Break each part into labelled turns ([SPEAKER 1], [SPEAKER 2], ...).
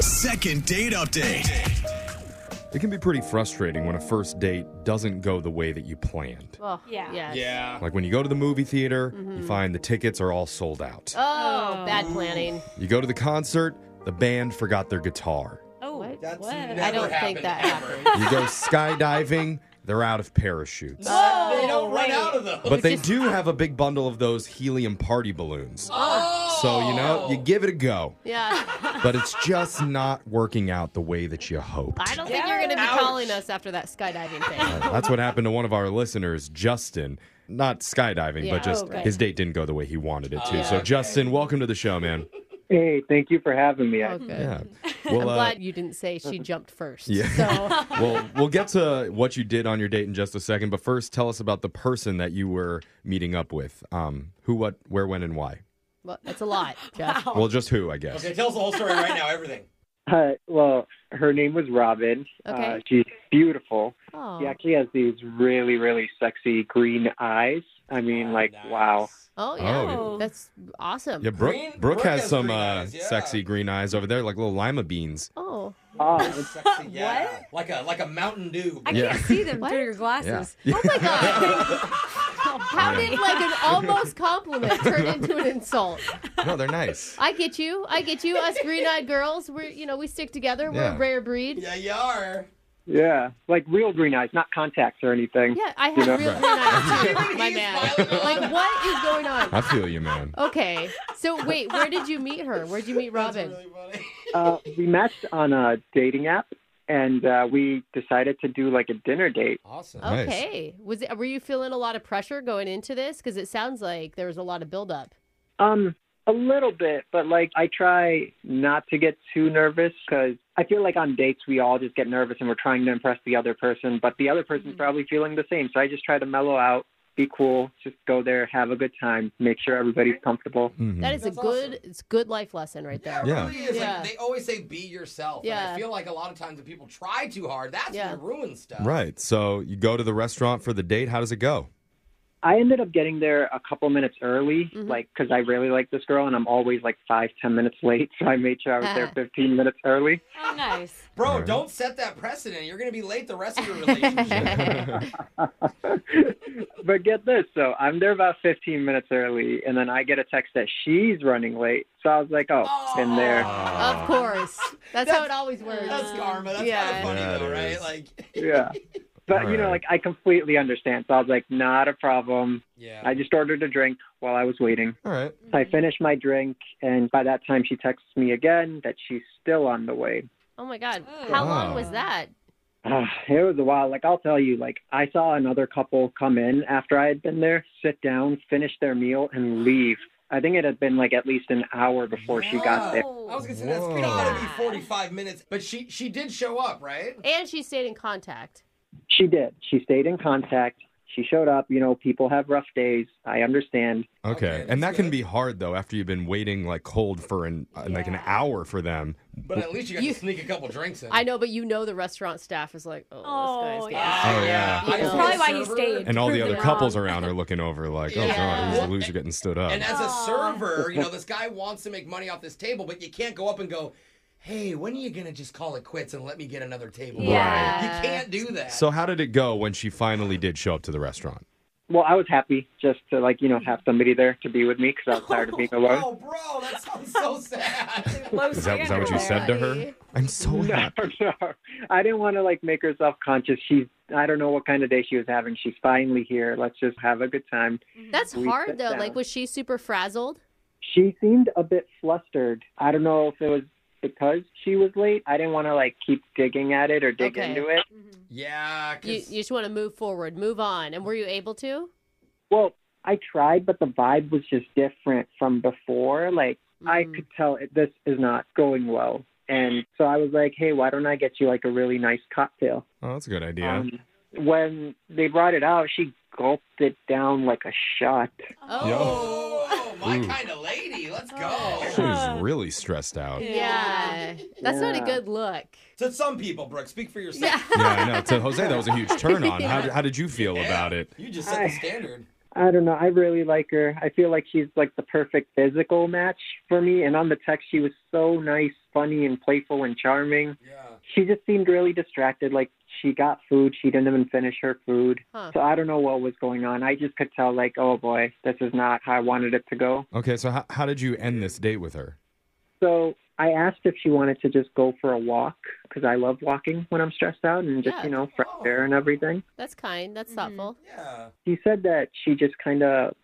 [SPEAKER 1] Second date update.
[SPEAKER 2] It can be pretty frustrating when a first date doesn't go the way that you planned.
[SPEAKER 3] Well,
[SPEAKER 4] Yeah.
[SPEAKER 3] yes.
[SPEAKER 5] Yeah.
[SPEAKER 2] Like when you go to the movie theater, you find the tickets are all sold out.
[SPEAKER 3] Oh, bad planning.
[SPEAKER 2] You go to the concert, the band forgot their guitar.
[SPEAKER 4] Oh,
[SPEAKER 3] What?
[SPEAKER 4] what?
[SPEAKER 3] I don't think that happened.
[SPEAKER 2] You go skydiving, they're out of parachutes.
[SPEAKER 5] They don't run out of those.
[SPEAKER 2] But they do have a big bundle of those helium party balloons. So, you know, you give it a go.
[SPEAKER 3] Yeah.
[SPEAKER 2] But it's just not working out the way that you hoped.
[SPEAKER 3] I don't think you're going to be calling us after that skydiving thing.
[SPEAKER 2] That's what happened to one of our listeners, Justin. Not skydiving,
[SPEAKER 3] Yeah.
[SPEAKER 2] but just
[SPEAKER 3] Oh, right. Oh,
[SPEAKER 2] his date didn't go the way he wanted it to.
[SPEAKER 5] Yeah,
[SPEAKER 2] so,
[SPEAKER 5] okay.
[SPEAKER 2] Justin, welcome to the show, man.
[SPEAKER 6] Hey, thank you for having me.
[SPEAKER 3] Oh, good.
[SPEAKER 2] Yeah. Well,
[SPEAKER 3] I'm
[SPEAKER 2] uh,
[SPEAKER 3] glad you didn't say she jumped first.
[SPEAKER 2] Yeah.
[SPEAKER 3] So,
[SPEAKER 2] well, we'll get to what you did on your date in just a second, but first, tell us about the person that you were meeting up with. Um, who, what, where, when, and why.
[SPEAKER 3] well, that's a lot, Jeff.
[SPEAKER 2] Well, just who, I guess.
[SPEAKER 5] Okay, tell us the whole story right now, everything.
[SPEAKER 6] Uh, well, her name was Robin. Uh,
[SPEAKER 3] Okay.
[SPEAKER 6] she's beautiful.
[SPEAKER 3] Oh.
[SPEAKER 6] She actually has these really, really sexy green eyes. I mean, like,
[SPEAKER 5] Nice.
[SPEAKER 6] wow.
[SPEAKER 3] Oh, yeah.
[SPEAKER 4] Oh.
[SPEAKER 3] That's awesome.
[SPEAKER 2] Yeah, Brooke,
[SPEAKER 5] Green-
[SPEAKER 2] Brooke
[SPEAKER 5] Brooke
[SPEAKER 2] has,
[SPEAKER 5] has
[SPEAKER 2] some
[SPEAKER 5] green
[SPEAKER 2] uh,
[SPEAKER 5] eyes, yeah.
[SPEAKER 2] sexy green eyes over there, like little lima beans.
[SPEAKER 3] Oh.
[SPEAKER 6] Oh,
[SPEAKER 5] Sexy, yeah. Like a like a Mountain Dew.
[SPEAKER 4] I
[SPEAKER 2] Yeah.
[SPEAKER 4] can't see them
[SPEAKER 3] What?
[SPEAKER 4] through your glasses.
[SPEAKER 3] Oh, my God. How did, like, an almost compliment turn into an insult?
[SPEAKER 2] No, they're nice.
[SPEAKER 3] I get you. I get you. Us green eyed girls, we're, you know, we stick together. We're
[SPEAKER 2] Yeah.
[SPEAKER 3] a rare breed.
[SPEAKER 5] yeah, you are.
[SPEAKER 6] yeah. Like real green eyes, not contacts or anything.
[SPEAKER 3] Yeah, I have
[SPEAKER 6] know?
[SPEAKER 3] real green eyes too. My bad. Like, what is going on?
[SPEAKER 2] I feel you, man.
[SPEAKER 3] Okay. So wait, where did you meet her? Where'd you meet Robin?
[SPEAKER 6] Uh, we matched on a dating app, and uh, we decided to do like a dinner date.
[SPEAKER 5] Awesome.
[SPEAKER 3] Oh.
[SPEAKER 2] Nice.
[SPEAKER 3] Okay. Was it, were you feeling a lot of pressure going into this? Because it sounds like there was a lot of buildup.
[SPEAKER 6] Um, a little bit, but like I try not to get too nervous because I feel like on dates we all just get nervous and we're trying to impress the other person, but the other person's probably feeling the same. So I just try to mellow out, be cool, just go there, have a good time, make sure everybody's comfortable.
[SPEAKER 2] Mhm.
[SPEAKER 3] That is
[SPEAKER 5] That's
[SPEAKER 3] a
[SPEAKER 5] awesome.
[SPEAKER 3] good, it's good life lesson right there.
[SPEAKER 2] Yeah.
[SPEAKER 5] It really is.
[SPEAKER 3] Yeah.
[SPEAKER 5] Like, they always say be yourself. And
[SPEAKER 3] Yeah.
[SPEAKER 5] I feel like a lot of times when people try too hard, that's
[SPEAKER 3] Yeah.
[SPEAKER 5] when you ruin stuff.
[SPEAKER 2] Mm-hmm. Right. So you go to the restaurant for the date. How does it go?
[SPEAKER 6] I ended up getting there a couple minutes early, like 'cause like because I really like this girl and I'm always like five, ten minutes late. So I made sure I was there 15 minutes early.
[SPEAKER 4] Oh, nice.
[SPEAKER 5] Bro,
[SPEAKER 2] Right.
[SPEAKER 5] don't set that precedent. You're going to be late the rest of your relationship.
[SPEAKER 6] But get this, so I'm there about 15 minutes early, and then I get a text that she's running late. So I was like, oh, in there.
[SPEAKER 3] Of course. That's, how it always works.
[SPEAKER 5] that's karma. That's
[SPEAKER 3] Yeah.
[SPEAKER 5] kind of funny,
[SPEAKER 2] That
[SPEAKER 5] though,
[SPEAKER 2] is.
[SPEAKER 5] right? Like,
[SPEAKER 6] Yeah. But, you know,
[SPEAKER 2] Alright.
[SPEAKER 6] like, I completely understand. So I was like, not a problem.
[SPEAKER 5] yeah.
[SPEAKER 6] I just ordered a drink while I was waiting.
[SPEAKER 2] All right.
[SPEAKER 6] I
[SPEAKER 4] Mm-hmm.
[SPEAKER 6] finished my drink, and by that time, she texts me again that she's still on the way.
[SPEAKER 3] Oh my God.
[SPEAKER 4] Oh.
[SPEAKER 3] How long
[SPEAKER 2] Wow.
[SPEAKER 3] was that?
[SPEAKER 6] Uh, it was a while. Like, I'll tell you, like, I saw another couple come in after I had been there, sit down, finish their meal, and leave. I think it had been, like, at least an hour before she got there.
[SPEAKER 5] I was
[SPEAKER 4] Oh.
[SPEAKER 5] gonna say that's
[SPEAKER 2] Whoa.
[SPEAKER 5] gotta be forty-five minutes, but she she did show up, right?
[SPEAKER 3] And she stayed in contact.
[SPEAKER 6] She did. She stayed in contact. She showed up. You know, people have rough days. I understand.
[SPEAKER 2] Okay.
[SPEAKER 5] Okay,
[SPEAKER 2] and that
[SPEAKER 5] that's
[SPEAKER 2] can
[SPEAKER 5] good.
[SPEAKER 2] be hard though after you've been waiting like cold for an uh, like an
[SPEAKER 4] Yeah.
[SPEAKER 2] hour for them.
[SPEAKER 5] But at least you got
[SPEAKER 3] You-
[SPEAKER 5] to sneak a couple drinks in.
[SPEAKER 3] I know, but you know the restaurant staff is like, oh, this
[SPEAKER 4] Oh,
[SPEAKER 3] guy's
[SPEAKER 4] yeah.
[SPEAKER 5] Ah,
[SPEAKER 2] Oh, yeah.
[SPEAKER 5] I
[SPEAKER 3] That's
[SPEAKER 5] see
[SPEAKER 4] probably
[SPEAKER 5] a
[SPEAKER 4] why he
[SPEAKER 5] server,
[SPEAKER 4] stayed.
[SPEAKER 2] And all the
[SPEAKER 4] Prove
[SPEAKER 2] other
[SPEAKER 4] them
[SPEAKER 2] couples
[SPEAKER 4] wrong.
[SPEAKER 2] around are looking over like, oh
[SPEAKER 5] Yeah.
[SPEAKER 2] god, who's the loser getting stood up?
[SPEAKER 5] And as a
[SPEAKER 4] Aw.
[SPEAKER 5] server, you know this guy wants to make money off this table, but you can't go up and go, "Hey, when are you gonna just call it quits and let me get another table?"
[SPEAKER 4] Yeah.
[SPEAKER 5] You can't do that.
[SPEAKER 2] So how did it go when she finally did show up to the restaurant?
[SPEAKER 6] Well, I was happy just to, like, you know, have somebody there to be with me because I was tired of being alone.
[SPEAKER 5] oh, bro, that sounds so sad.
[SPEAKER 4] Low
[SPEAKER 2] Is that, is that what you
[SPEAKER 4] standards.
[SPEAKER 2] said to her?
[SPEAKER 3] Really?
[SPEAKER 2] I'm so
[SPEAKER 6] No,
[SPEAKER 2] happy.
[SPEAKER 6] no. I didn't want to, like, make her self conscious. She's, I don't know what kind of day she was having. She's finally here. Let's just have a good time.
[SPEAKER 3] That's
[SPEAKER 6] We
[SPEAKER 3] hard
[SPEAKER 6] sit
[SPEAKER 3] though. Like,
[SPEAKER 6] down.
[SPEAKER 3] was she super frazzled?
[SPEAKER 6] She seemed a bit flustered. I don't know if it was because she was late. I didn't want to, like, keep digging at it or dig
[SPEAKER 3] Okay.
[SPEAKER 6] into it.
[SPEAKER 5] yeah,
[SPEAKER 3] You,
[SPEAKER 5] 'cause-
[SPEAKER 3] you just want to move forward, move on. And were you able to?
[SPEAKER 6] Well, I tried, but the vibe was just different from before. Like I could tell it, this is not going well, and so I was like, "Hey, why don't I get you like a really nice cocktail?"
[SPEAKER 2] Oh, that's a good idea.
[SPEAKER 6] Um, when they brought it out, she gulped it down like a shot.
[SPEAKER 5] Uh,
[SPEAKER 3] Oh,
[SPEAKER 5] oh, my
[SPEAKER 2] Ooh.
[SPEAKER 5] kind of lady. Let's
[SPEAKER 2] She
[SPEAKER 5] go.
[SPEAKER 2] was really stressed out. Yeah,
[SPEAKER 3] yeah. That's not a
[SPEAKER 6] Yeah.
[SPEAKER 3] good look.
[SPEAKER 5] to some people, Brooke, speak for yourself.
[SPEAKER 3] Yeah.
[SPEAKER 2] I know. To Jose, that was a huge turn on. How, how did you feel
[SPEAKER 5] Yeah.
[SPEAKER 2] about it?
[SPEAKER 5] You just set the standard.
[SPEAKER 6] I don't know. I really like her. I feel like she's like the perfect physical match for me. And on the text, she was so nice, funny, and playful and charming.
[SPEAKER 5] Yeah.
[SPEAKER 6] She just seemed really distracted. Like she got food, she didn't even finish her food.
[SPEAKER 3] Huh.
[SPEAKER 6] So I don't know what was going on. I just could tell, like, oh boy, this is not how I wanted it to go.
[SPEAKER 2] Okay, so how, how did you end this date with her?
[SPEAKER 6] So I asked if she wanted to just go for a walk because I love walking when I'm stressed out and just,
[SPEAKER 3] Yeah.
[SPEAKER 6] you know, fresh air and everything.
[SPEAKER 3] That's kind. That's thoughtful.
[SPEAKER 5] Yeah.
[SPEAKER 6] She said that she just kind of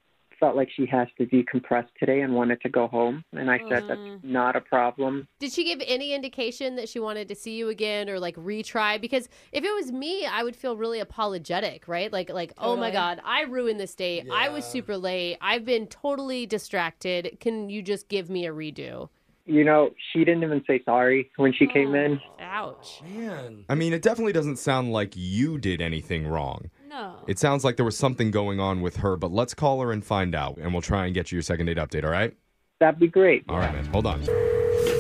[SPEAKER 6] felt like she has to decompress today and wanted to go home. And I said that's not a problem.
[SPEAKER 3] Did she give any indication that she wanted to see you again or like retry? Because if it was me, I would feel really apologetic, right? Like, like, oh my
[SPEAKER 4] Totally.
[SPEAKER 3] god, I ruined this date. I was
[SPEAKER 5] Yeah.
[SPEAKER 3] super late. I've been totally distracted. Can you just give me a redo?
[SPEAKER 6] You know, she didn't even say sorry when she came in.
[SPEAKER 3] Oh. Ouch.
[SPEAKER 5] Man.
[SPEAKER 2] I mean, it definitely doesn't sound like you did anything wrong.
[SPEAKER 4] No.
[SPEAKER 2] It sounds like there was something going on with her, but let's call her and find out, and we'll try and get you your second date update, all right?
[SPEAKER 6] That'd be great.
[SPEAKER 2] All right, man. Hold on.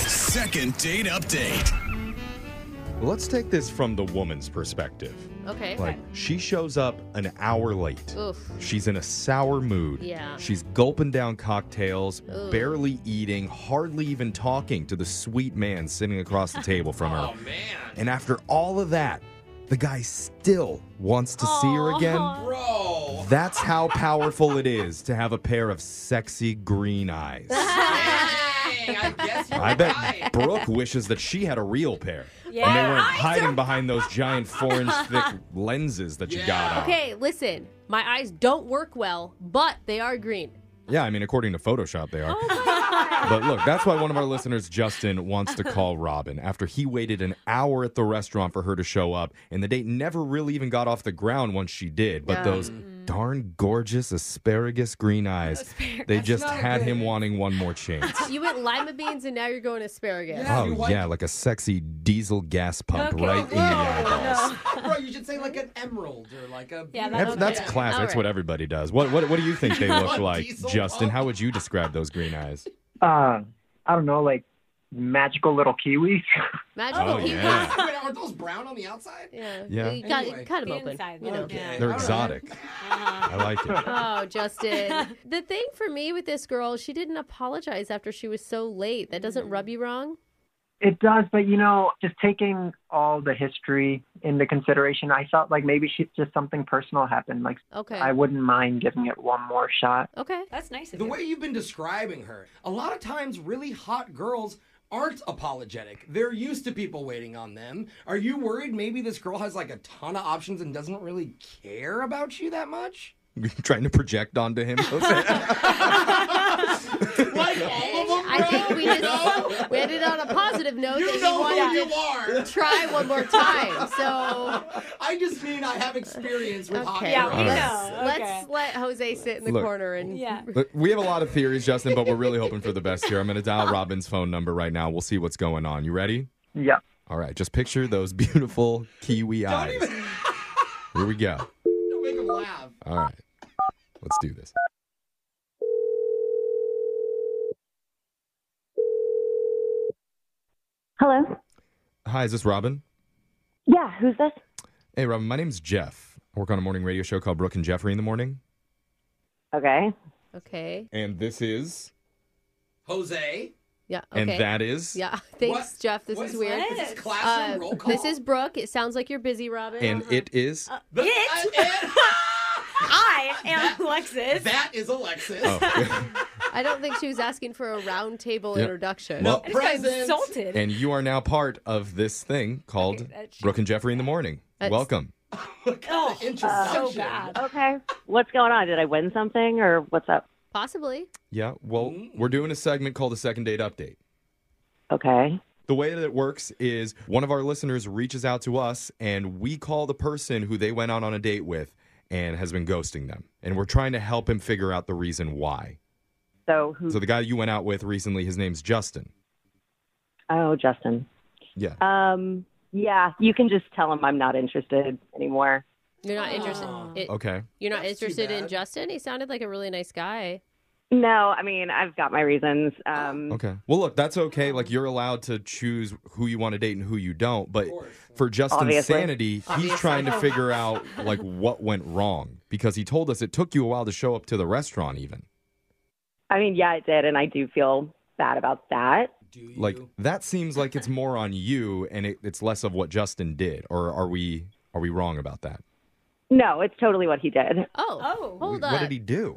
[SPEAKER 1] Second date update.
[SPEAKER 2] Let's take this from the woman's perspective.
[SPEAKER 3] Okay.
[SPEAKER 2] Like, she shows up an hour late.
[SPEAKER 3] Oof.
[SPEAKER 2] She's in a sour mood.
[SPEAKER 3] Yeah.
[SPEAKER 2] She's gulping down cocktails, barely eating, hardly even talking to the sweet man sitting across the table from her.
[SPEAKER 5] Oh man.
[SPEAKER 2] And after all of that, the guy still wants to see her again.
[SPEAKER 5] Bro.
[SPEAKER 2] That's how powerful it is to have a pair of sexy green eyes.
[SPEAKER 5] Dang, I guess you're
[SPEAKER 2] I bet
[SPEAKER 5] right.
[SPEAKER 2] Brooke wishes that she had a real pair.
[SPEAKER 4] Yeah.
[SPEAKER 2] And they weren't hiding behind those giant four inch thick lenses that you got
[SPEAKER 5] Yeah.
[SPEAKER 2] on.
[SPEAKER 3] Okay, listen. My eyes don't work well, but they are green.
[SPEAKER 2] Yeah, I mean, according to Photoshop, they are. but look, that's why one of our listeners, Justin, wants to call Robin after he waited an hour at the restaurant for her to show up, and the date never really even got off the ground once she did. But
[SPEAKER 3] Yeah.
[SPEAKER 2] those darn gorgeous asparagus green eyes, they
[SPEAKER 5] That's
[SPEAKER 2] just
[SPEAKER 5] not a
[SPEAKER 2] had
[SPEAKER 5] good
[SPEAKER 2] him
[SPEAKER 5] idea.
[SPEAKER 2] wanting one more chance.
[SPEAKER 3] You went lima beans and now you're going asparagus.
[SPEAKER 5] Yeah. You
[SPEAKER 2] oh,
[SPEAKER 5] like-
[SPEAKER 2] yeah, like a sexy diesel gas pump
[SPEAKER 4] Okay.
[SPEAKER 2] right in the eyeball.
[SPEAKER 5] Bro, you should say like an emerald or like a.
[SPEAKER 4] Yeah,
[SPEAKER 2] That's,
[SPEAKER 4] Okay.
[SPEAKER 2] that's
[SPEAKER 4] Yeah.
[SPEAKER 2] class.
[SPEAKER 3] All
[SPEAKER 2] That's what
[SPEAKER 3] right.
[SPEAKER 2] everybody does. What, what what do you think they look like,
[SPEAKER 5] Diesel
[SPEAKER 2] Justin?
[SPEAKER 5] pump.
[SPEAKER 2] How would you describe those green eyes?
[SPEAKER 6] Uh, I don't know, like magical little kiwis.
[SPEAKER 3] Magical
[SPEAKER 2] Oh,
[SPEAKER 3] people.
[SPEAKER 2] yeah.
[SPEAKER 5] Wait, aren't those brown on the outside?
[SPEAKER 3] Yeah.
[SPEAKER 2] Yeah.
[SPEAKER 3] You got,
[SPEAKER 5] Anyway.
[SPEAKER 3] cut them
[SPEAKER 4] The
[SPEAKER 3] open.
[SPEAKER 4] inside, you
[SPEAKER 5] Okay.
[SPEAKER 4] know.
[SPEAKER 5] I don't
[SPEAKER 2] They're
[SPEAKER 5] know.
[SPEAKER 2] exotic.
[SPEAKER 4] Uh-huh.
[SPEAKER 2] I like it.
[SPEAKER 3] Oh, Justin. the thing for me with this girl, she didn't apologize after she was so late. That doesn't rub you wrong?
[SPEAKER 6] It does, but you know, just taking all the history into consideration, I felt like maybe she just something personal happened. Like
[SPEAKER 3] Okay.
[SPEAKER 6] I wouldn't mind giving it one more shot.
[SPEAKER 3] okay.
[SPEAKER 4] That's nice of
[SPEAKER 5] The
[SPEAKER 4] you.
[SPEAKER 5] way you've been describing her, a lot of times really hot girls aren't apologetic. They're used to people waiting on them. Are you worried maybe this girl has like a ton of options and doesn't really care about you that much?
[SPEAKER 2] trying to project onto him.
[SPEAKER 5] Like all of them,
[SPEAKER 3] I think we just we ended on a positive note that
[SPEAKER 5] you
[SPEAKER 3] we
[SPEAKER 5] know
[SPEAKER 3] wanted
[SPEAKER 5] who
[SPEAKER 3] to
[SPEAKER 5] you are.
[SPEAKER 3] try one more time. So
[SPEAKER 5] I just mean I have experience with hot
[SPEAKER 3] okay.
[SPEAKER 4] Yeah,
[SPEAKER 5] girls.
[SPEAKER 4] we
[SPEAKER 2] Alright.
[SPEAKER 4] know.
[SPEAKER 3] let's
[SPEAKER 4] Okay.
[SPEAKER 3] let Jose sit in the
[SPEAKER 2] Look.
[SPEAKER 3] corner and
[SPEAKER 4] Yeah.
[SPEAKER 2] Look, we have a lot of theories, Justin, but we're really hoping for the best here. I'm going to dial Robin's phone number right now. We'll see what's going on. You ready?
[SPEAKER 6] Yeah.
[SPEAKER 2] All right, just picture those beautiful kiwi eyes.
[SPEAKER 5] even-
[SPEAKER 2] Here we go.
[SPEAKER 5] Don't make them laugh.
[SPEAKER 2] All right, let's do this.
[SPEAKER 7] Hello.
[SPEAKER 2] Hi, is this Robin?
[SPEAKER 7] Yeah, who's this?
[SPEAKER 2] Hey, Robin, my name's Jeff. I work on a morning radio show called Brooke and Jeffrey in the Morning.
[SPEAKER 7] Okay.
[SPEAKER 3] Okay.
[SPEAKER 2] And this is.
[SPEAKER 5] Jose,
[SPEAKER 3] Yeah. Okay.
[SPEAKER 2] And that is.
[SPEAKER 3] yeah. Thanks,
[SPEAKER 5] What-
[SPEAKER 3] Jeff. This
[SPEAKER 5] what
[SPEAKER 3] is weird.
[SPEAKER 5] Is this
[SPEAKER 4] Yes.
[SPEAKER 5] classroom
[SPEAKER 3] Uh,
[SPEAKER 5] roll call?
[SPEAKER 3] this is Brooke. It sounds like you're busy, Robin.
[SPEAKER 2] And it is.
[SPEAKER 5] The-
[SPEAKER 4] It?
[SPEAKER 5] uh,
[SPEAKER 4] I am Alexis.
[SPEAKER 5] and that is Alexis.
[SPEAKER 2] Oh.
[SPEAKER 3] I don't think she was asking for a round table
[SPEAKER 2] Yep.
[SPEAKER 3] introduction.
[SPEAKER 2] Well-
[SPEAKER 4] I just got
[SPEAKER 5] Present.
[SPEAKER 4] insulted.
[SPEAKER 2] and you are now part of this thing called
[SPEAKER 4] Okay, that should-
[SPEAKER 2] Brooke and Jeffrey in the Morning.
[SPEAKER 3] That's-
[SPEAKER 2] Welcome.
[SPEAKER 5] What kind
[SPEAKER 3] Oh,
[SPEAKER 5] of introduction?
[SPEAKER 4] so
[SPEAKER 5] Oh.
[SPEAKER 4] bad.
[SPEAKER 7] Okay. What's going on? Did I win something or what's up?
[SPEAKER 3] Possibly.
[SPEAKER 2] Yeah, well,
[SPEAKER 5] Mm.
[SPEAKER 2] we're doing a segment called the Second Date Update.
[SPEAKER 7] Okay.
[SPEAKER 2] The way that it works is one of our listeners reaches out to us and we call the person who they went out on a date with and has been ghosting them. And we're trying to help him figure out the reason why.
[SPEAKER 7] So who?
[SPEAKER 2] So the guy you went out with recently, his name's Justin.
[SPEAKER 7] oh, Justin.
[SPEAKER 2] Yeah.
[SPEAKER 7] Um. Yeah, you can just tell him I'm not interested anymore.
[SPEAKER 3] You're not interested.
[SPEAKER 5] Aw.
[SPEAKER 3] It,
[SPEAKER 2] Okay.
[SPEAKER 3] You're not
[SPEAKER 5] That's too
[SPEAKER 3] interested in
[SPEAKER 5] bad.
[SPEAKER 3] Justin? He sounded like a really nice guy.
[SPEAKER 7] No, I mean, I've got my reasons. Um,
[SPEAKER 2] Okay. Well, look, that's okay. Like you're allowed to choose who you want to date and who you don't. But
[SPEAKER 5] course.
[SPEAKER 2] for Justin's
[SPEAKER 7] Obviously.
[SPEAKER 2] sanity, he's trying to figure out like what went wrong because he told us it took you a while to show up to the restaurant. Even
[SPEAKER 7] I mean, yeah, it did, and I do feel bad about that.
[SPEAKER 5] Do you?
[SPEAKER 2] like that seems like it's more on you and it, it's less of what Justin did. Or are we are we wrong about that?
[SPEAKER 7] No, it's totally what he did.
[SPEAKER 3] Oh.
[SPEAKER 4] Oh.
[SPEAKER 3] Hold
[SPEAKER 2] what
[SPEAKER 3] on.
[SPEAKER 2] did he do?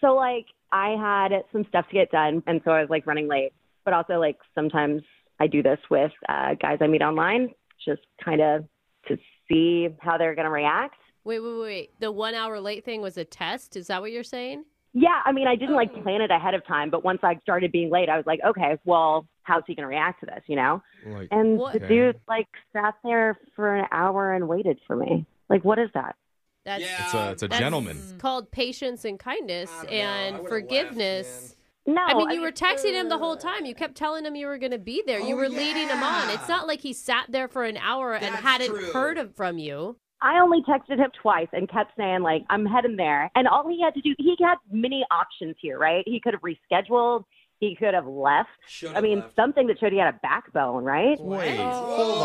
[SPEAKER 7] So like I had some stuff to get done, and so I was like running late. But also like sometimes I do this with uh, guys I meet online, just kind of to see how they're gonna react.
[SPEAKER 3] Wait, wait, wait, wait. The one hour late thing was a test. Is that what you're saying?
[SPEAKER 7] Yeah, I mean I didn't
[SPEAKER 3] Hmm.
[SPEAKER 7] like plan it ahead of time, but once I started being late, I was like, okay, well, how's he gonna react to this, you know?
[SPEAKER 2] Like
[SPEAKER 7] And
[SPEAKER 3] What-
[SPEAKER 7] the
[SPEAKER 2] Okay.
[SPEAKER 7] dude like sat there for an hour and waited for me. Like, what is that?
[SPEAKER 3] That's
[SPEAKER 5] yeah,
[SPEAKER 2] it's a it's a
[SPEAKER 3] that's Mm.
[SPEAKER 2] gentleman.
[SPEAKER 3] called patience and kindness
[SPEAKER 5] I don't know. I
[SPEAKER 3] and
[SPEAKER 5] would've
[SPEAKER 3] forgiveness.
[SPEAKER 5] left,
[SPEAKER 7] No,
[SPEAKER 3] Oh, I mean, you were texting him the whole time. You kept telling him you were going to be there. you
[SPEAKER 5] Oh,
[SPEAKER 3] were leading him on.
[SPEAKER 5] yeah.
[SPEAKER 3] It's not like he sat there for an hour and
[SPEAKER 5] That's
[SPEAKER 3] hadn't
[SPEAKER 5] true.
[SPEAKER 3] heard of, from you.
[SPEAKER 7] I only texted him twice and kept saying like I'm heading there, and all he had to do he had many options here, right? He could have rescheduled, he could have left.
[SPEAKER 5] Should've
[SPEAKER 7] I mean,
[SPEAKER 5] left.
[SPEAKER 7] something that showed he had a backbone, right?
[SPEAKER 2] Wait,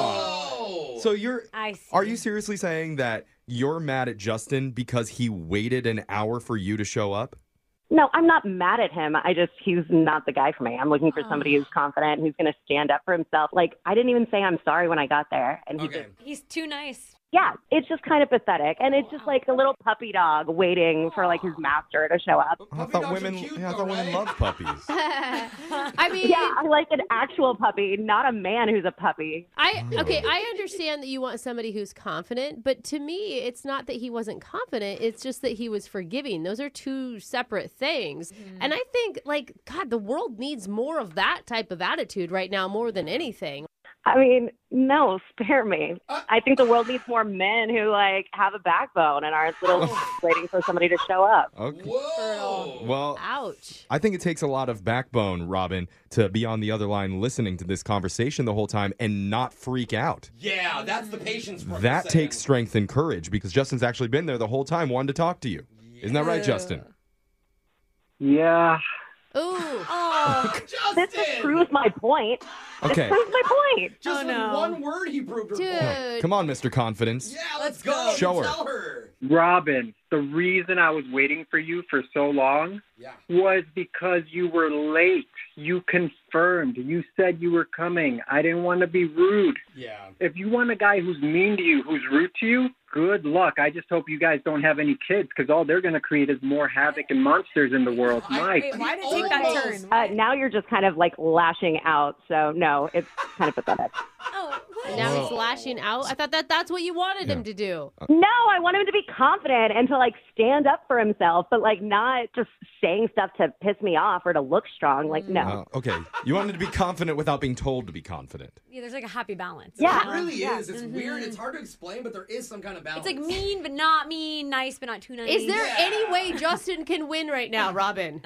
[SPEAKER 5] Hold
[SPEAKER 2] So you're
[SPEAKER 4] I see.
[SPEAKER 2] Are you seriously saying that you're mad at Justin because he waited an hour for you to show up?
[SPEAKER 7] No, I'm not mad at him. I just he's not the guy for me. I'm looking for somebody who's confident, who's going to stand up for himself. Like I didn't even say I'm sorry when I got there, and he
[SPEAKER 5] Okay.
[SPEAKER 7] just
[SPEAKER 4] He's too nice.
[SPEAKER 7] yeah, it's just kind of pathetic, and it's just like a little puppy dog waiting for like his master to show up.
[SPEAKER 5] Puppy
[SPEAKER 2] I thought
[SPEAKER 5] dogs are
[SPEAKER 2] women
[SPEAKER 5] cute
[SPEAKER 2] yeah, I
[SPEAKER 5] though,
[SPEAKER 2] thought women
[SPEAKER 5] right?
[SPEAKER 2] love puppies.
[SPEAKER 3] I mean,
[SPEAKER 7] Yeah, I like an actual puppy, not a man who's a puppy.
[SPEAKER 3] I okay, I understand that you want somebody who's confident, but to me, it's not that he wasn't confident, it's just that he was forgiving. Those are two separate things. And I think like god, the world needs more of that type of attitude right now more than anything.
[SPEAKER 7] I mean, no, spare me. I think the world needs more men who like have a backbone and aren't little waiting for somebody to show up.
[SPEAKER 2] Okay.
[SPEAKER 5] Whoa.
[SPEAKER 2] Well,
[SPEAKER 3] Ouch.
[SPEAKER 2] I think it takes a lot of backbone, Robin, to be on the other line listening to this conversation the whole time and not freak out.
[SPEAKER 5] Yeah, that's the patience. part
[SPEAKER 2] That
[SPEAKER 5] I'm saying.
[SPEAKER 2] takes strength and courage because Justin's actually been there the whole time wanting to talk to you. Isn't that right, Justin?
[SPEAKER 6] Yeah.
[SPEAKER 3] Ooh.
[SPEAKER 4] Oh.
[SPEAKER 5] Justin.
[SPEAKER 7] This just proves my point. This
[SPEAKER 2] Okay.
[SPEAKER 7] proves my point.
[SPEAKER 5] Just
[SPEAKER 4] Oh,
[SPEAKER 5] with
[SPEAKER 4] no.
[SPEAKER 5] one word, he proved her
[SPEAKER 3] Dude.
[SPEAKER 5] point.
[SPEAKER 2] Come on, Mr. Confidence.
[SPEAKER 5] Yeah, let's go.
[SPEAKER 2] Show her.
[SPEAKER 5] Tell her.
[SPEAKER 6] Robin, the reason I was waiting for you for so long
[SPEAKER 5] Yeah.
[SPEAKER 6] was because you were late. You confirmed. You said you were coming. I didn't want to be rude.
[SPEAKER 5] Yeah.
[SPEAKER 6] If you want a guy who's mean to you, who's rude to you, good luck. I just hope you guys don't have any kids because all they're going to create is more havoc and monsters in the world. Mike.
[SPEAKER 4] Wait, why did it take that
[SPEAKER 5] Almost.
[SPEAKER 4] turn?
[SPEAKER 7] Uh, now you're just kind of like lashing out. So no, it's kind of pathetic.
[SPEAKER 4] oh, what?
[SPEAKER 3] Now he's
[SPEAKER 2] Whoa.
[SPEAKER 3] lashing out. I thought that that's what you wanted him to do.
[SPEAKER 7] No, I want him to be confident and to like stand up for himself, but like not just saying stuff to piss me off or to look strong. Like no.
[SPEAKER 2] Uh, okay. You wanted to be confident without being told to be confident.
[SPEAKER 4] Yeah, there's like a happy balance.
[SPEAKER 7] Yeah.
[SPEAKER 5] It really is. It's weird. It's hard to explain, but there is some kind of balance.
[SPEAKER 4] It's like mean but not mean, nice but not too nice.
[SPEAKER 3] Is there any way Justin can win right now, Robin?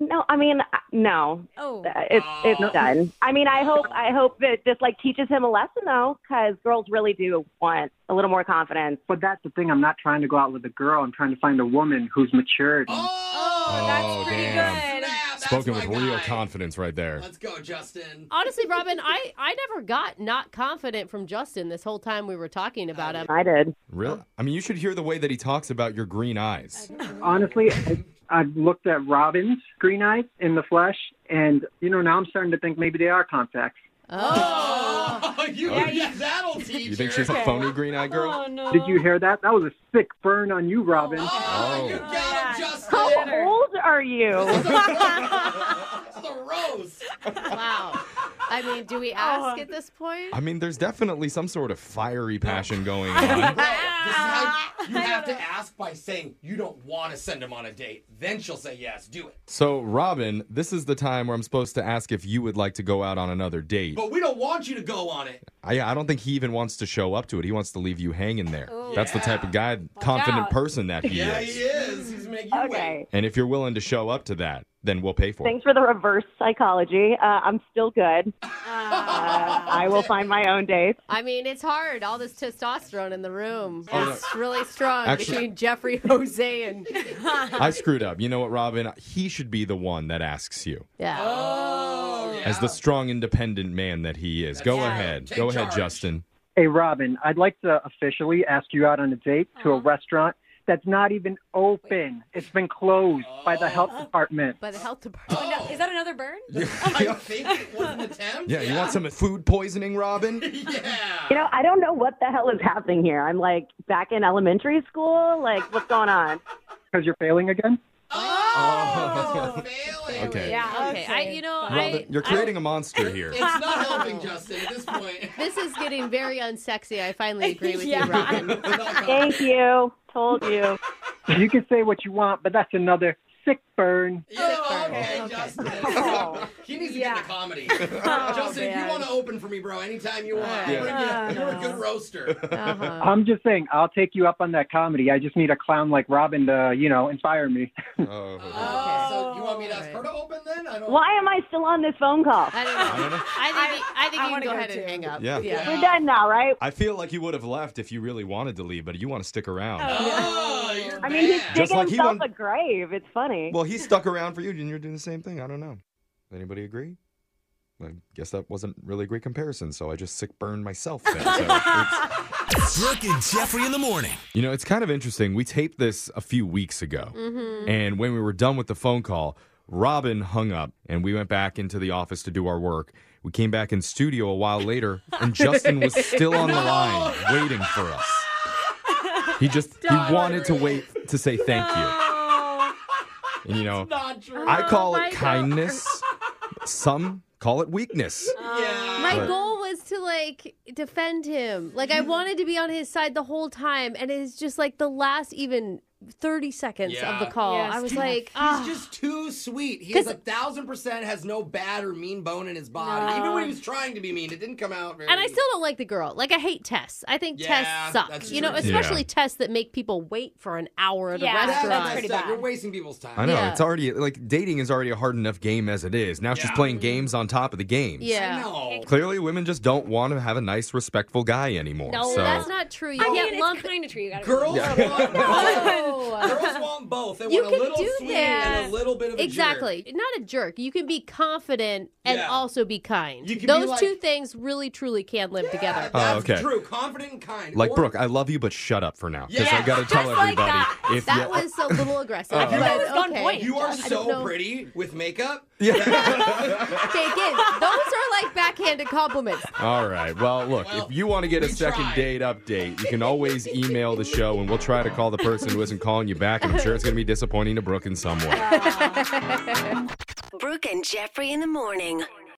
[SPEAKER 7] No, I mean I- no.
[SPEAKER 4] Oh.
[SPEAKER 7] Uh, it's it's done. I mean, I hope I hope that this like teaches him a lesson though, because girls really do want a little more confidence.
[SPEAKER 6] But that's the thing. I'm not trying to go out with a girl. I'm trying to find a woman who's matured.
[SPEAKER 5] Oh,
[SPEAKER 2] Oh,
[SPEAKER 4] that's pretty
[SPEAKER 2] damn.
[SPEAKER 4] good.
[SPEAKER 5] snap, that's
[SPEAKER 2] Spoken
[SPEAKER 5] my
[SPEAKER 2] with real
[SPEAKER 5] guy.
[SPEAKER 2] confidence right there.
[SPEAKER 5] Let's go, Justin.
[SPEAKER 3] Honestly, Robin, I, I never got not confident from Justin this whole time we were talking about him.
[SPEAKER 7] I did.
[SPEAKER 2] Really? I mean, you should hear the way that he talks about your green eyes.
[SPEAKER 6] Honestly, I, I've looked at Robin's green eyes in the flesh, and you know now I'm starting to think maybe they are contacts.
[SPEAKER 5] Oh, you, yeah, that'll teach
[SPEAKER 2] You think
[SPEAKER 5] her.
[SPEAKER 2] she's a phony green eye girl?
[SPEAKER 4] no.
[SPEAKER 6] Did you hear that? That was a sick burn on you, Robin.
[SPEAKER 5] Oh,
[SPEAKER 2] Oh.
[SPEAKER 5] you got him, Justin.
[SPEAKER 7] How old are you?
[SPEAKER 5] That's the roast.
[SPEAKER 3] Wow. I mean, do we ask at this point?
[SPEAKER 2] I mean, there's definitely some sort of fiery passion going on.
[SPEAKER 5] Bro, this is how you have to ask by saying you don't want to send him on a date. Then she'll say yes. Do it.
[SPEAKER 2] So, Robin, this is the time where I'm supposed to ask if you would like to go out on another date.
[SPEAKER 5] But we don't want you to go on it.
[SPEAKER 2] I, I don't think he even wants to show up to it. He wants to leave you hanging there. That's the type of guy, confident
[SPEAKER 4] out.
[SPEAKER 2] person that he
[SPEAKER 5] Yeah,
[SPEAKER 2] is.
[SPEAKER 5] he is. He's making you wait.
[SPEAKER 7] okay.
[SPEAKER 2] And if you're willing to show up to that, then we'll pay for it.
[SPEAKER 7] Thanks for the reverse psychology. Uh, I'm still good. Uh, I will find my own dates.
[SPEAKER 3] I mean, it's hard. All this testosterone in the room.
[SPEAKER 2] Oh,
[SPEAKER 3] It's really strong
[SPEAKER 2] Actually-
[SPEAKER 3] between Jeffrey, Jose, and
[SPEAKER 2] I screwed up. You know what, Robin? He should be the one that asks you.
[SPEAKER 3] yeah.
[SPEAKER 5] Oh, yeah.
[SPEAKER 2] As the strong, independent man that he is. Go
[SPEAKER 5] right.
[SPEAKER 2] ahead.
[SPEAKER 5] Take
[SPEAKER 2] Go ahead,
[SPEAKER 5] charge.
[SPEAKER 2] Justin.
[SPEAKER 6] Hey, Robin, I'd like to officially ask you out on a date to a restaurant that's not even open. It's been closed by the health department.
[SPEAKER 3] By the health
[SPEAKER 2] Oh,
[SPEAKER 3] department.
[SPEAKER 4] No, is that another bird?
[SPEAKER 5] I think it was an attempt.
[SPEAKER 2] Yeah, you want some food poisoning, Robin?
[SPEAKER 5] Yeah.
[SPEAKER 7] You know, I don't know what the hell is happening here. I'm like back in elementary school. Like, what's going on?
[SPEAKER 6] Because you're failing again?
[SPEAKER 5] Oh, failing.
[SPEAKER 2] Okay.
[SPEAKER 3] Yeah, okay. I, you know,
[SPEAKER 2] Robin,
[SPEAKER 3] I,
[SPEAKER 2] you're creating a monster here.
[SPEAKER 5] It's not helping, Justin, at this point.
[SPEAKER 3] this is getting very unsexy. I finally agree with
[SPEAKER 4] Yeah.
[SPEAKER 3] you, Robin.
[SPEAKER 7] Thank you. Told you.
[SPEAKER 6] You can say what you want, but that's another sick burn.
[SPEAKER 5] Oh, okay, Justin.
[SPEAKER 7] Oh.
[SPEAKER 5] He needs to
[SPEAKER 4] Yeah.
[SPEAKER 5] get into comedy.
[SPEAKER 2] Oh,
[SPEAKER 5] Justin, if you
[SPEAKER 4] man.
[SPEAKER 5] want to open for me, bro, anytime you want.
[SPEAKER 3] Alright.
[SPEAKER 5] You're, a
[SPEAKER 4] Yeah.
[SPEAKER 5] good, you're a good roaster.
[SPEAKER 3] Uh-huh.
[SPEAKER 6] I'm just saying, I'll take you up on that comedy. I just need a clown like Robin to, you know, inspire me.
[SPEAKER 2] Oh.
[SPEAKER 5] Okay, so you want me to ask her
[SPEAKER 3] Alright.
[SPEAKER 5] to open then? I don't
[SPEAKER 7] Why am I still on this phone call?
[SPEAKER 3] I don't know. I,
[SPEAKER 2] don't know.
[SPEAKER 3] think, you- I think you
[SPEAKER 4] I
[SPEAKER 3] can
[SPEAKER 4] wanna
[SPEAKER 3] go
[SPEAKER 4] go
[SPEAKER 3] ahead
[SPEAKER 4] too.
[SPEAKER 3] and hang up.
[SPEAKER 2] Yeah.
[SPEAKER 7] We're done now, right?
[SPEAKER 2] I feel like you would have left if you really wanted to leave, but you want to stick around.
[SPEAKER 5] Oh, you're
[SPEAKER 7] I mean, he's
[SPEAKER 5] bad.
[SPEAKER 2] Just
[SPEAKER 7] digging
[SPEAKER 2] like he
[SPEAKER 7] himself
[SPEAKER 2] won-
[SPEAKER 7] a grave. It's funny.
[SPEAKER 2] Well, he stuck around for you, and you're doing the same thing. I don't know. Anybody agree? I guess that wasn't really a great comparison, so I just sick burned myself. Then, so it's-
[SPEAKER 1] Brooke and Jeffrey in the morning.
[SPEAKER 2] you know, it's kind of interesting. We taped this a few weeks ago, and when we were done with the phone call, Robin hung up, and we went back into the office to do our work. We came back in studio a while later, and Justin was still on the line waiting for us. He just he wanted to wait to say thank
[SPEAKER 4] Oh.
[SPEAKER 2] you, and you know.
[SPEAKER 5] Not true.
[SPEAKER 2] Oh. I call
[SPEAKER 3] Oh my
[SPEAKER 2] it
[SPEAKER 3] God.
[SPEAKER 2] kindness. Some call it weakness.
[SPEAKER 7] Uh,
[SPEAKER 5] yeah.
[SPEAKER 3] My
[SPEAKER 2] Right.
[SPEAKER 3] goal was to like defend him. Like I wanted to be on his side the whole time, and it's just like the last even thirty seconds
[SPEAKER 5] Yeah.
[SPEAKER 3] of the call.
[SPEAKER 4] Yes, Oh,
[SPEAKER 3] I was
[SPEAKER 4] tough.
[SPEAKER 3] like,
[SPEAKER 5] He's
[SPEAKER 3] ah.
[SPEAKER 5] just too sweet. He is a
[SPEAKER 3] 'Cause-
[SPEAKER 5] thousand percent has no bad or mean bone in his body.
[SPEAKER 4] No.
[SPEAKER 5] Even when he was trying to be mean, it didn't come out very
[SPEAKER 3] and I still don't like the girl. Like I hate tests. I think
[SPEAKER 5] Yeah,
[SPEAKER 3] tests
[SPEAKER 5] that's
[SPEAKER 3] suck. You know,
[SPEAKER 5] true.
[SPEAKER 3] especially
[SPEAKER 2] Yeah.
[SPEAKER 3] tests that make people wait for an hour at
[SPEAKER 4] Yeah,
[SPEAKER 3] a
[SPEAKER 4] that's
[SPEAKER 5] That-
[SPEAKER 3] restaurant.
[SPEAKER 5] that's
[SPEAKER 4] pretty
[SPEAKER 5] stuff.
[SPEAKER 4] bad.
[SPEAKER 5] You're wasting people's time.
[SPEAKER 2] I know
[SPEAKER 3] Yeah.
[SPEAKER 2] it's already like dating is already a hard enough game as it is. Now she's
[SPEAKER 5] Yeah.
[SPEAKER 2] playing games on top of the games.
[SPEAKER 5] I
[SPEAKER 3] yeah.
[SPEAKER 5] know.
[SPEAKER 2] Clearly, women just don't want to have a nice, respectful guy anymore.
[SPEAKER 3] No,
[SPEAKER 2] so
[SPEAKER 3] that's not true. You
[SPEAKER 4] I mean,
[SPEAKER 3] can't
[SPEAKER 4] it's
[SPEAKER 3] lump.
[SPEAKER 4] kind of true. You gotta
[SPEAKER 5] Girls want both. Girls want both. They
[SPEAKER 3] You
[SPEAKER 5] want a
[SPEAKER 3] can
[SPEAKER 5] little
[SPEAKER 3] do
[SPEAKER 5] sweet
[SPEAKER 3] that.
[SPEAKER 5] and a little bit of a jerk.
[SPEAKER 3] Exactly. Not a jerk. You can be confident and
[SPEAKER 5] Yeah.
[SPEAKER 3] also be kind.
[SPEAKER 5] You can be
[SPEAKER 3] Those
[SPEAKER 5] like-
[SPEAKER 3] two things really truly can live together.
[SPEAKER 2] Oh,
[SPEAKER 5] That's
[SPEAKER 2] okay.
[SPEAKER 5] true. Confident and kind.
[SPEAKER 2] like
[SPEAKER 5] Or-
[SPEAKER 2] Brooke, I love you, but shut up for now because I
[SPEAKER 5] Yeah,
[SPEAKER 2] got to tell
[SPEAKER 4] just like
[SPEAKER 2] everybody
[SPEAKER 4] that.
[SPEAKER 2] if
[SPEAKER 3] That
[SPEAKER 2] you-
[SPEAKER 3] was a little aggressive.
[SPEAKER 2] I feel like
[SPEAKER 3] But
[SPEAKER 4] it was on
[SPEAKER 3] okay.
[SPEAKER 4] point.
[SPEAKER 5] You are
[SPEAKER 3] I don't
[SPEAKER 5] so
[SPEAKER 3] know.
[SPEAKER 5] pretty with makeup.
[SPEAKER 3] They did. Those are like backhanded compliments.
[SPEAKER 2] All right. Well, look,
[SPEAKER 5] Well,
[SPEAKER 2] if you want to get a
[SPEAKER 5] we
[SPEAKER 2] second
[SPEAKER 5] tried.
[SPEAKER 2] date update, you can always email the show and we'll try to call the person who isn't calling you back. And I'm sure it's going to be disappointing to Brooke in some way.
[SPEAKER 8] Brooke and Jeffrey in the morning.